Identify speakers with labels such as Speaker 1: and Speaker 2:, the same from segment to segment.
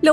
Speaker 1: Lo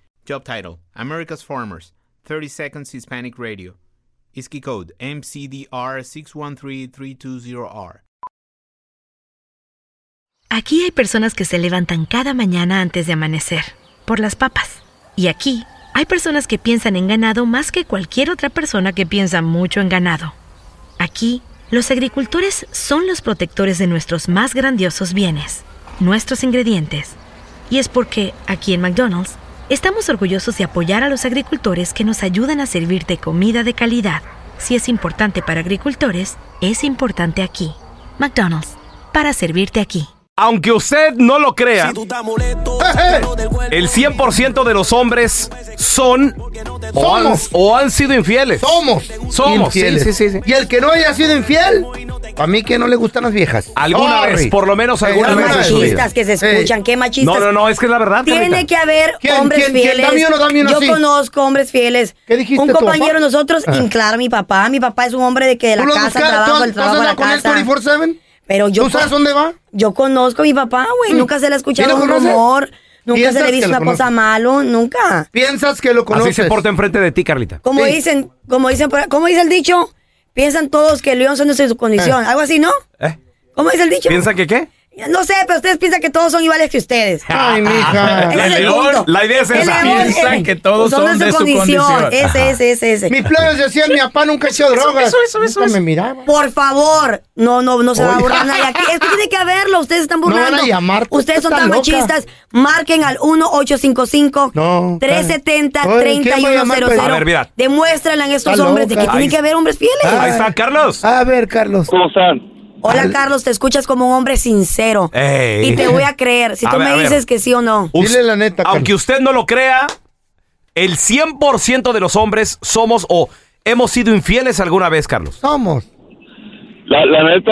Speaker 2: Job title America's Farmers, 30 Seconds Hispanic Radio. ISKI code MCDR613320R.
Speaker 3: Aquí hay personas que se levantan cada mañana antes de amanecer, por las papas. Y aquí hay personas que piensan en ganado más que cualquier otra persona que piensa mucho en ganado. Aquí, los agricultores son los protectores de nuestros más grandiosos bienes, nuestros ingredientes. Y es porque, aquí en McDonald's, estamos orgullosos de apoyar a los agricultores que nos ayudan a servirte comida de calidad. Si es importante para agricultores, es importante aquí. McDonald's, para servirte aquí.
Speaker 4: Aunque usted no lo crea, el 100% de los hombres son o han,
Speaker 5: Somos.
Speaker 4: o han sido infieles.
Speaker 5: Somos.
Speaker 4: Somos, sí,
Speaker 5: infieles.
Speaker 4: sí, sí, sí.
Speaker 5: Y el que no haya sido infiel, a mí que no le gustan las viejas.
Speaker 4: Alguna
Speaker 5: Sorry.
Speaker 4: vez, por lo menos
Speaker 5: Eh,
Speaker 4: alguna
Speaker 6: Qué
Speaker 5: alguna vez en su vida.
Speaker 6: machistas que se escuchan,
Speaker 5: Eh,
Speaker 6: qué machistas.
Speaker 4: No, no, no, es que es la verdad.
Speaker 6: Tiene
Speaker 4: Carlita.
Speaker 6: que haber
Speaker 5: ¿Quién,
Speaker 6: hombres
Speaker 5: quién, quién?
Speaker 6: fieles.
Speaker 5: ¿Dame uno, dame uno
Speaker 6: Yo
Speaker 5: así?
Speaker 6: conozco hombres fieles.
Speaker 5: ¿Qué dijiste,
Speaker 6: Un
Speaker 5: tu
Speaker 6: compañero
Speaker 5: papá?
Speaker 6: de nosotros,
Speaker 5: Ah.
Speaker 6: y claro, mi papá. Mi papá es un hombre de que de la
Speaker 5: ¿Tú lo
Speaker 6: casa, al
Speaker 5: buscas?
Speaker 6: trabajo,
Speaker 5: ¿Tú-
Speaker 6: el
Speaker 5: tú
Speaker 6: trabajo, a la
Speaker 5: andas con él
Speaker 6: casa.
Speaker 5: 24/7?
Speaker 6: Pero yo.
Speaker 5: ¿Tú sabes dónde va?
Speaker 6: Yo conozco a mi papá, güey. Nunca se le ha escuchado
Speaker 5: lo
Speaker 6: un
Speaker 5: conoces?
Speaker 6: rumor. Nunca
Speaker 5: ¿Piensas
Speaker 6: se le ha
Speaker 5: que
Speaker 6: visto
Speaker 5: lo
Speaker 6: una cosa
Speaker 5: conoces?
Speaker 6: malo. Nunca.
Speaker 5: Piensas que lo conoces.
Speaker 4: Así se porta enfrente de ti, Carlita.
Speaker 6: Como
Speaker 5: Sí.
Speaker 6: dicen, como dicen, por- como dice el dicho, piensan todos que el león son de su condición. Algo así, ¿no?
Speaker 4: ¿Eh?
Speaker 6: ¿Cómo dice el dicho?
Speaker 4: ¿Piensa que qué?
Speaker 6: No sé, pero ustedes piensan que todos son iguales que ustedes.
Speaker 4: Ah,
Speaker 5: Ay, mija.
Speaker 6: Ese es el
Speaker 4: león,
Speaker 6: punto.
Speaker 4: la idea es
Speaker 6: El
Speaker 4: esa.
Speaker 6: león,
Speaker 7: Piensan
Speaker 6: eh,
Speaker 7: que todos son de su condición.
Speaker 6: Ese, ese, ese, ese.
Speaker 5: Mis planes decían, mi papá nunca echó drogas.
Speaker 7: eso, eso, eso,
Speaker 5: Nunca
Speaker 7: eso.
Speaker 5: me miraba.
Speaker 6: Por favor, no, no, no se va a
Speaker 5: Oye.
Speaker 6: burlar nadie aquí. Esto tiene que haberlo. Ustedes están
Speaker 5: No van a
Speaker 6: burlando.
Speaker 5: llamar, tú
Speaker 6: Ustedes son
Speaker 5: estás
Speaker 6: tan
Speaker 5: loca.
Speaker 6: machistas. Marquen al
Speaker 5: No,
Speaker 6: 1-855-370-3100.
Speaker 4: A ver, mira.
Speaker 6: Demuéstranle a estos
Speaker 5: Está
Speaker 6: hombres de que
Speaker 5: loca.
Speaker 6: tienen
Speaker 4: Ahí-
Speaker 6: que haber hombres fieles.
Speaker 4: Ahí está, Carlos.
Speaker 5: A ver, Carlos.
Speaker 8: ¿Cómo están?
Speaker 6: Hola, Carlos. Te escuchas como un hombre sincero.
Speaker 4: Ey.
Speaker 6: Y te voy a creer. Si
Speaker 4: A
Speaker 6: tú
Speaker 4: ver, a
Speaker 6: me
Speaker 4: ver.
Speaker 6: dices que sí o no.
Speaker 4: Us-
Speaker 5: Dile la neta, Carlos.
Speaker 4: Aunque usted no lo crea, el 100% de los hombres somos o hemos sido infieles alguna vez, Carlos.
Speaker 5: Somos.
Speaker 8: La, la neta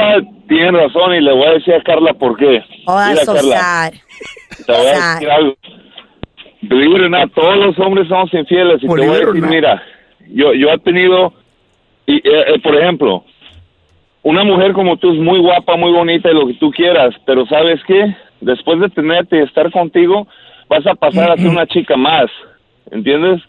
Speaker 8: tiene razón y le voy a decir a Carla por qué.
Speaker 6: Oh,
Speaker 8: Mira,
Speaker 6: that's so
Speaker 8: Carla,
Speaker 6: sad.
Speaker 8: te voy a
Speaker 6: sad.
Speaker 8: decir algo. Believe it or not, todos los hombres somos infieles y te
Speaker 5: Believe
Speaker 8: voy a
Speaker 5: it or
Speaker 8: decir,
Speaker 5: not.
Speaker 8: mira, yo, yo he tenido, y, eh, eh, por ejemplo, una mujer como tú es muy guapa, muy bonita y lo que tú quieras, pero ¿sabes qué? Después de tenerte y estar contigo, vas a pasar a ser una chica más, ¿entiendes?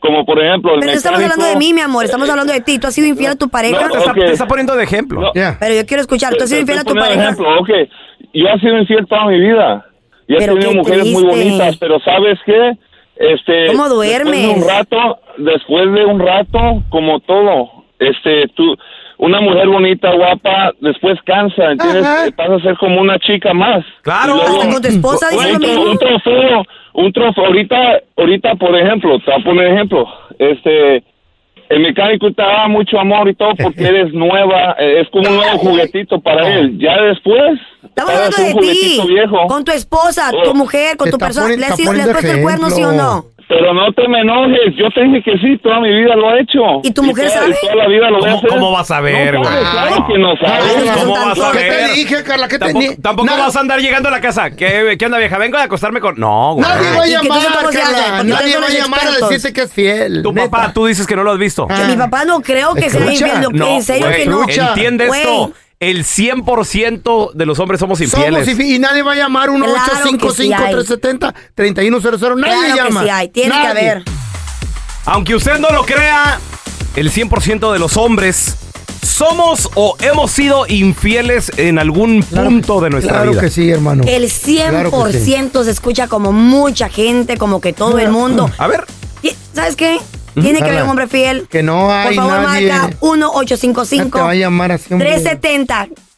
Speaker 8: Como por ejemplo... El
Speaker 6: Pero no estamos hablando de
Speaker 8: mecánico-
Speaker 6: mí, mi amor. Estamos hablando de ti. Tú has sido infiel a tu pareja.
Speaker 8: No,
Speaker 4: Te está,
Speaker 8: Ok.
Speaker 4: te está poniendo de ejemplo.
Speaker 8: No.
Speaker 5: Ya.
Speaker 6: Pero yo quiero escuchar. ¿Tú has sido
Speaker 8: Te
Speaker 6: infiel a
Speaker 8: estoy
Speaker 6: tu
Speaker 8: poniendo
Speaker 6: pareja?
Speaker 8: ejemplo, ok. Yo he sido infiel toda mi vida. Y he
Speaker 6: Pero
Speaker 8: tenido
Speaker 6: qué
Speaker 8: mujeres muy
Speaker 6: triste.
Speaker 8: bonitas, pero ¿sabes qué? Este,
Speaker 6: ¿Cómo duermes?
Speaker 8: Después de un rato, después de un rato, como todo, este, tú, una mujer bonita, guapa, después cansa, ¿entiendes?
Speaker 5: Ajá.
Speaker 8: Vas a ser como una chica más.
Speaker 4: Claro.
Speaker 8: Y luego-
Speaker 6: Hasta con tu esposa dices lo
Speaker 8: un, tro-
Speaker 6: mismo.
Speaker 8: un trofeo, un trofeo. Ahorita, ahorita, por ejemplo, te voy a poner ejemplo. Este, el mecánico te da mucho amor y todo porque eres nueva. eh, Es como un nuevo juguetito para él. Ya después,
Speaker 6: Estamos
Speaker 8: eres
Speaker 6: hablando de
Speaker 8: un
Speaker 6: ti,
Speaker 8: juguetito viejo.
Speaker 6: con tu esposa, tu
Speaker 8: Oh.
Speaker 6: mujer, con
Speaker 5: Te
Speaker 6: tu
Speaker 5: está
Speaker 6: persona.
Speaker 5: poni-
Speaker 6: ¿Le has,
Speaker 5: está
Speaker 6: sido- le has
Speaker 5: poniendo
Speaker 6: puesto el cuerno, sí o no?
Speaker 5: ejemplo.
Speaker 8: Pero no te me enojes. Yo te dije que sí, toda mi vida lo he hecho.
Speaker 6: ¿Y tu mujer
Speaker 8: toda-
Speaker 6: sabe?
Speaker 8: toda la vida lo voy a
Speaker 4: ¿Cómo-
Speaker 8: hacer.
Speaker 4: cómo vas a ver,
Speaker 8: No sabe,
Speaker 4: güey?
Speaker 8: Claro que no
Speaker 5: Ah,
Speaker 8: sabe.
Speaker 6: Ay, no seas
Speaker 4: ¿Cómo
Speaker 6: tan
Speaker 4: vas a
Speaker 6: tonto.
Speaker 5: ¿Qué te
Speaker 4: ver?
Speaker 5: dije, Carla? ¿Qué te
Speaker 4: Tampoco,
Speaker 5: ni-
Speaker 4: tampoco
Speaker 5: Nada.
Speaker 4: vas a andar llegando a la casa. ¿Qué, qué onda, vieja? Vengo de acostarme con. No, güey.
Speaker 5: Nadie va a
Speaker 6: ¿Y qué tal
Speaker 5: llamar,
Speaker 6: cómo se hace?
Speaker 5: Carla.
Speaker 6: Porque ustedes
Speaker 5: Nadie
Speaker 6: son
Speaker 5: va a
Speaker 6: los
Speaker 5: llamar a
Speaker 6: expertos.
Speaker 5: decirte que es fiel.
Speaker 4: Tu
Speaker 5: Neta. Ah,
Speaker 4: papá, tú dices que no lo has visto.
Speaker 6: Que mi papá no creo que sea
Speaker 5: Escucha,
Speaker 6: infiel. yo- En serio
Speaker 4: güey,
Speaker 6: que no.
Speaker 5: escucha.
Speaker 4: Entiende
Speaker 6: Güey,
Speaker 4: esto. El 100% de los hombres somos infieles.
Speaker 5: Somos y, y nadie va a llamar 1
Speaker 6: Claro que sí hay.
Speaker 5: 370 3100 Nadie
Speaker 6: Claro que
Speaker 5: llama.
Speaker 6: sí hay, tiene que
Speaker 5: Nadie.
Speaker 6: haber.
Speaker 4: Aunque usted no lo crea, el 100% de los hombres somos o hemos sido infieles en algún
Speaker 5: Claro-
Speaker 4: punto de nuestra
Speaker 5: claro
Speaker 4: vida.
Speaker 5: que sí, hermano.
Speaker 6: El 100%
Speaker 5: Claro que sí.
Speaker 6: se escucha como mucha gente, como que todo el mundo.
Speaker 4: A ver,
Speaker 6: Y- ¿Sabes qué? Tiene que
Speaker 5: Carla,
Speaker 6: haber un hombre fiel.
Speaker 5: Que no hay
Speaker 6: Por favor,
Speaker 5: nadie.
Speaker 6: marca
Speaker 5: No te va a llamar así, hombre.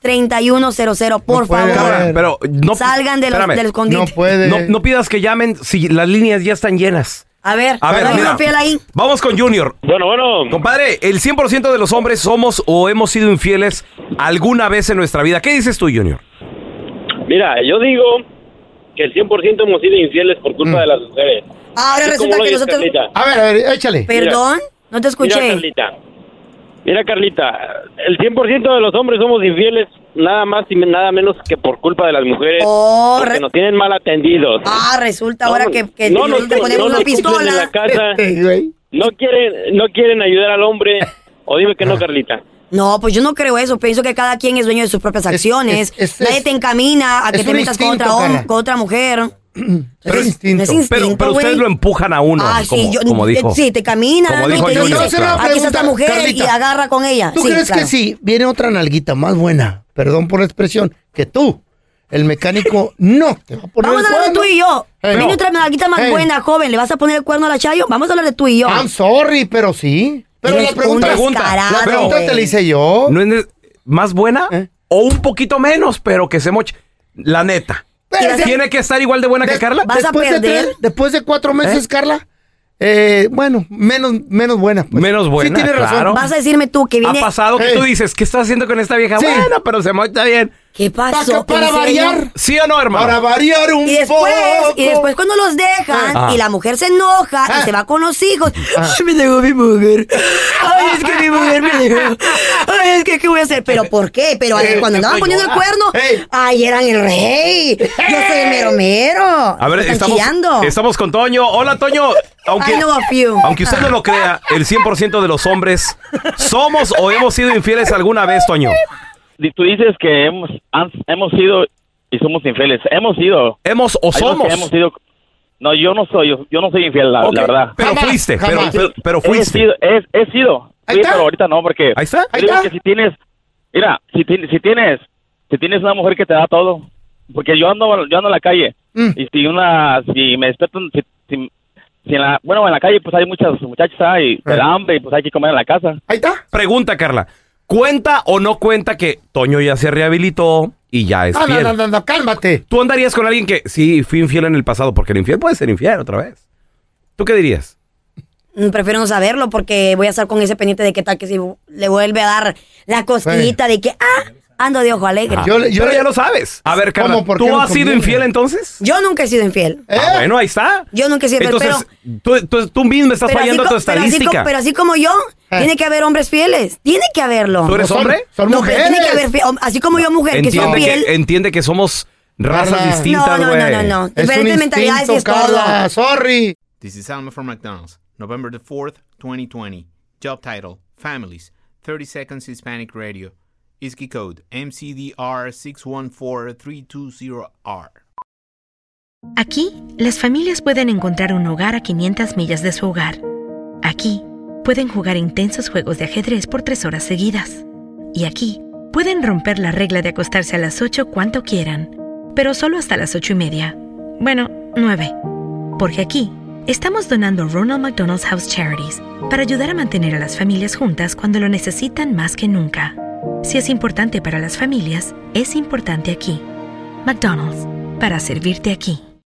Speaker 6: 1-855-370-3100. Por favor.
Speaker 4: Cámara, pero no,
Speaker 6: Salgan de los-
Speaker 4: espérame.
Speaker 6: del escondite.
Speaker 5: No puede.
Speaker 4: No, no pidas que llamen si las líneas ya están llenas.
Speaker 6: A ver,
Speaker 4: A ver,
Speaker 6: ¿hay
Speaker 4: mira.
Speaker 6: uno fiel ahí?
Speaker 4: Vamos con Junior.
Speaker 9: Bueno, bueno.
Speaker 4: Compadre, el 100% de los hombres somos o hemos sido infieles alguna vez en nuestra vida. ¿Qué dices tú, Junior?
Speaker 9: Mira, yo digo que el 100% hemos sido infieles por
Speaker 4: Mm.
Speaker 9: culpa de las mujeres.
Speaker 6: Ahora
Speaker 9: ¿Tú
Speaker 6: resulta
Speaker 9: cómo lo
Speaker 6: que
Speaker 9: oyes,
Speaker 6: nosotros.
Speaker 9: Carlita?
Speaker 5: A ver, a ver, échale.
Speaker 6: Perdón, no te
Speaker 9: Mira,
Speaker 6: escuché.
Speaker 9: Carlita. Mira, Carlita, el 100% de los hombres somos infieles nada más y nada menos que por culpa de las mujeres
Speaker 6: Oh,
Speaker 9: porque
Speaker 6: re-
Speaker 9: nos tienen mal atendidos.
Speaker 6: Ah, resulta ahora
Speaker 9: No,
Speaker 6: que, que
Speaker 9: no nos-
Speaker 6: nosotros te
Speaker 9: no
Speaker 6: ponemos
Speaker 9: nos
Speaker 6: una
Speaker 9: cumplen en la
Speaker 6: pistola.
Speaker 9: casa,
Speaker 5: Ey, güey.
Speaker 9: no quieren no quieren ayudar al hombre. O dime que no, Carlita.
Speaker 6: No, pues yo no creo eso. Pienso que cada quien es dueño de sus propias acciones.
Speaker 5: es- es-
Speaker 6: Nadie
Speaker 5: es-
Speaker 6: te encamina a que
Speaker 5: es
Speaker 6: te
Speaker 5: un
Speaker 6: metas con
Speaker 5: instinto,
Speaker 6: otra, hom-
Speaker 5: Carla.
Speaker 6: con otra mujer.
Speaker 5: Pero es instinto.
Speaker 6: No es
Speaker 4: Pero, pero ustedes
Speaker 6: güey.
Speaker 4: lo empujan a uno,
Speaker 6: Ah,
Speaker 4: como,
Speaker 6: sí, yo-
Speaker 4: como
Speaker 6: eh,
Speaker 4: dijo.
Speaker 6: sí, te camina.
Speaker 4: Como
Speaker 6: ¿no?
Speaker 4: dijo
Speaker 6: Y te
Speaker 4: Junior, Yo te
Speaker 6: dice,
Speaker 4: voy a hacer una
Speaker 6: aquí está esta
Speaker 5: pregunta,
Speaker 6: mujer y
Speaker 5: Carlita.
Speaker 6: agarra con ella.
Speaker 5: ¿Tú
Speaker 6: Sí,
Speaker 5: crees
Speaker 6: claro.
Speaker 5: que si viene otra nalguita más buena, perdón por la expresión, que tú, el mecánico, no te va a poner
Speaker 6: Vamos a
Speaker 5: el
Speaker 6: hablar de
Speaker 5: cuerno?
Speaker 6: tú y yo.
Speaker 5: Hey,
Speaker 6: Viene
Speaker 5: no.
Speaker 6: otra nalguita más
Speaker 5: Hey.
Speaker 6: buena, joven. ¿Le vas a poner el cuerno a la Chayo? Vamos a hablar de tú y yo.
Speaker 5: I'm sorry, pero sí. Pero
Speaker 6: Eres
Speaker 5: la pregunta,
Speaker 6: un
Speaker 4: pregunta,
Speaker 6: descarado,
Speaker 5: la pregunta
Speaker 6: güey.
Speaker 5: te la hice yo.
Speaker 4: eh, No es ne- más buena
Speaker 5: ¿Eh?
Speaker 4: o un poquito menos, pero que se moche. La neta.
Speaker 5: Pero
Speaker 6: vas a-
Speaker 4: ¿Tiene que estar igual de buena que
Speaker 5: Des-
Speaker 4: Carla?
Speaker 6: Va- ¿Vas a
Speaker 5: después de
Speaker 6: perder?
Speaker 5: tres- después de cuatro meses, Carla, eh, bueno, menos, menos buena. pues.
Speaker 4: Menos buena,
Speaker 5: Sí, tienes
Speaker 4: claro.
Speaker 5: razón.
Speaker 6: Vas a decirme tú que
Speaker 4: Ha
Speaker 6: viene.
Speaker 4: pasado que
Speaker 5: Ey.
Speaker 4: tú dices, ¿qué estás haciendo con esta vieja?
Speaker 5: Sí.
Speaker 4: Bueno, pero se mocha bien.
Speaker 6: ¿Qué
Speaker 5: Para,
Speaker 6: pasó?
Speaker 5: para
Speaker 6: ¿En serio?
Speaker 5: variar.
Speaker 4: ¿Sí o no, hermano?
Speaker 5: Para variar un
Speaker 6: Y después,
Speaker 5: poco.
Speaker 6: y después cuando los dejan
Speaker 4: Ah.
Speaker 6: y la mujer se enoja y
Speaker 5: Ah.
Speaker 6: se va con los hijos. Ay, me dejó mi mujer. Ay, es que mi mujer me dejó. Ay, es que qué voy a hacer. Pero ¿por qué? Pero a
Speaker 5: Eh,
Speaker 6: ver, cuando andaban
Speaker 5: eh,
Speaker 6: poniendo el
Speaker 5: ah,
Speaker 6: cuerno,
Speaker 5: eh.
Speaker 6: ay, eran el rey. Yo soy el mero mero.
Speaker 4: A ver,
Speaker 6: Están
Speaker 4: estamos,
Speaker 6: chillando.
Speaker 4: estamos con Toño. Hola, Toño. Aunque,
Speaker 6: I know a few.
Speaker 4: aunque usted no lo crea, el 100% de los hombres somos o hemos sido infieles alguna vez, Toño.
Speaker 9: Si tú dices que hemos han- hemos sido y somos infieles, hemos sido
Speaker 4: Hemos o
Speaker 9: Hay unos
Speaker 4: somos.
Speaker 9: que hemos sido- No, yo no soy, yo, yo no soy infiel, la,
Speaker 4: Ok,
Speaker 9: la verdad.
Speaker 4: Pero
Speaker 5: Jamás,
Speaker 4: fuiste, pero,
Speaker 5: jamás.
Speaker 4: pero- pero
Speaker 9: He
Speaker 4: fuiste.
Speaker 9: sido, he, he sido.
Speaker 5: Ahí
Speaker 9: Sí,
Speaker 5: está.
Speaker 9: pero ahorita no, porque
Speaker 4: Ahí está.
Speaker 5: Ahí
Speaker 9: creo
Speaker 5: está.
Speaker 9: que si tienes, mira, si, ti- si tienes, si tienes una mujer que te da todo, porque yo ando, yo ando en la calle
Speaker 5: Mm.
Speaker 9: y si una, si me despiertan, si, si- si en la, bueno, en la calle pues hay muchas muchachas ahí,
Speaker 4: Eh.
Speaker 9: te da hambre y pues hay que comer en la casa.
Speaker 5: Ahí está.
Speaker 4: Pregunta, Carla. ¿Cuenta o no cuenta que Toño ya se rehabilitó y ya es
Speaker 5: Ah, no,
Speaker 4: fiel?
Speaker 5: no, no, no, cálmate.
Speaker 4: ¿Tú andarías con alguien que sí fui infiel en el pasado? Porque el infiel puede ser infiel otra vez. ¿Tú qué dirías?
Speaker 6: Mm, Prefiero no saberlo porque voy a estar con ese pendiente de qué tal que si le vuelve a dar la cosquillita de que, ah, ando de ojo alegre.
Speaker 4: Ah,
Speaker 5: Yo le- yo
Speaker 4: pero
Speaker 5: le-
Speaker 4: ya lo sabes. A ver, Carla,
Speaker 5: ¿Cómo? ¿Por qué
Speaker 4: ¿tú
Speaker 5: no
Speaker 4: has sido
Speaker 5: conviene?
Speaker 4: infiel entonces?
Speaker 6: Yo nunca he sido infiel.
Speaker 5: ¿Eh?
Speaker 4: Ah, bueno, ahí está.
Speaker 6: Yo nunca he sido infiel,
Speaker 4: Entonces, tú, tú, tú mismo estás
Speaker 6: así
Speaker 4: fallando a tu
Speaker 6: co- pero así
Speaker 4: estadística.
Speaker 6: co- Pero así, como yo,
Speaker 5: Eh.
Speaker 6: tiene que haber hombres fieles. Tiene que haberlo.
Speaker 4: ¿Tú eres
Speaker 5: son-
Speaker 4: hombre?
Speaker 5: Son
Speaker 6: No, pero
Speaker 5: mujeres.
Speaker 6: tiene que haber, fi- hom- así como yo, mujer, que soy
Speaker 4: Entiende
Speaker 6: fiel.
Speaker 4: que, entiende que somos razas
Speaker 5: Carla.
Speaker 6: no,
Speaker 4: distintas,
Speaker 6: no,
Speaker 4: güey.
Speaker 6: no, no, no.
Speaker 5: Es un
Speaker 6: Diferentes mentalidades y es
Speaker 5: instinto, Carla.
Speaker 6: todo.
Speaker 5: Sorry.
Speaker 2: This is Alma from McDonald's, November the 4th, 2020. Job title Families, 30 Seconds Hispanic Radio. ISKI code MCDR614320R.
Speaker 3: Aquí, las familias pueden encontrar un hogar a 500 millas de su hogar. Aquí, pueden jugar intensos juegos de ajedrez por tres horas seguidas. Y aquí, pueden romper la regla de acostarse a las 8 cuanto quieran, pero solo hasta las 8 y media. Bueno, 9. Porque aquí, estamos donando Ronald McDonald's House Charities para ayudar a mantener a las familias juntas cuando lo necesitan más que nunca. Si es importante para las familias, es importante aquí. McDonald's, para servirte aquí.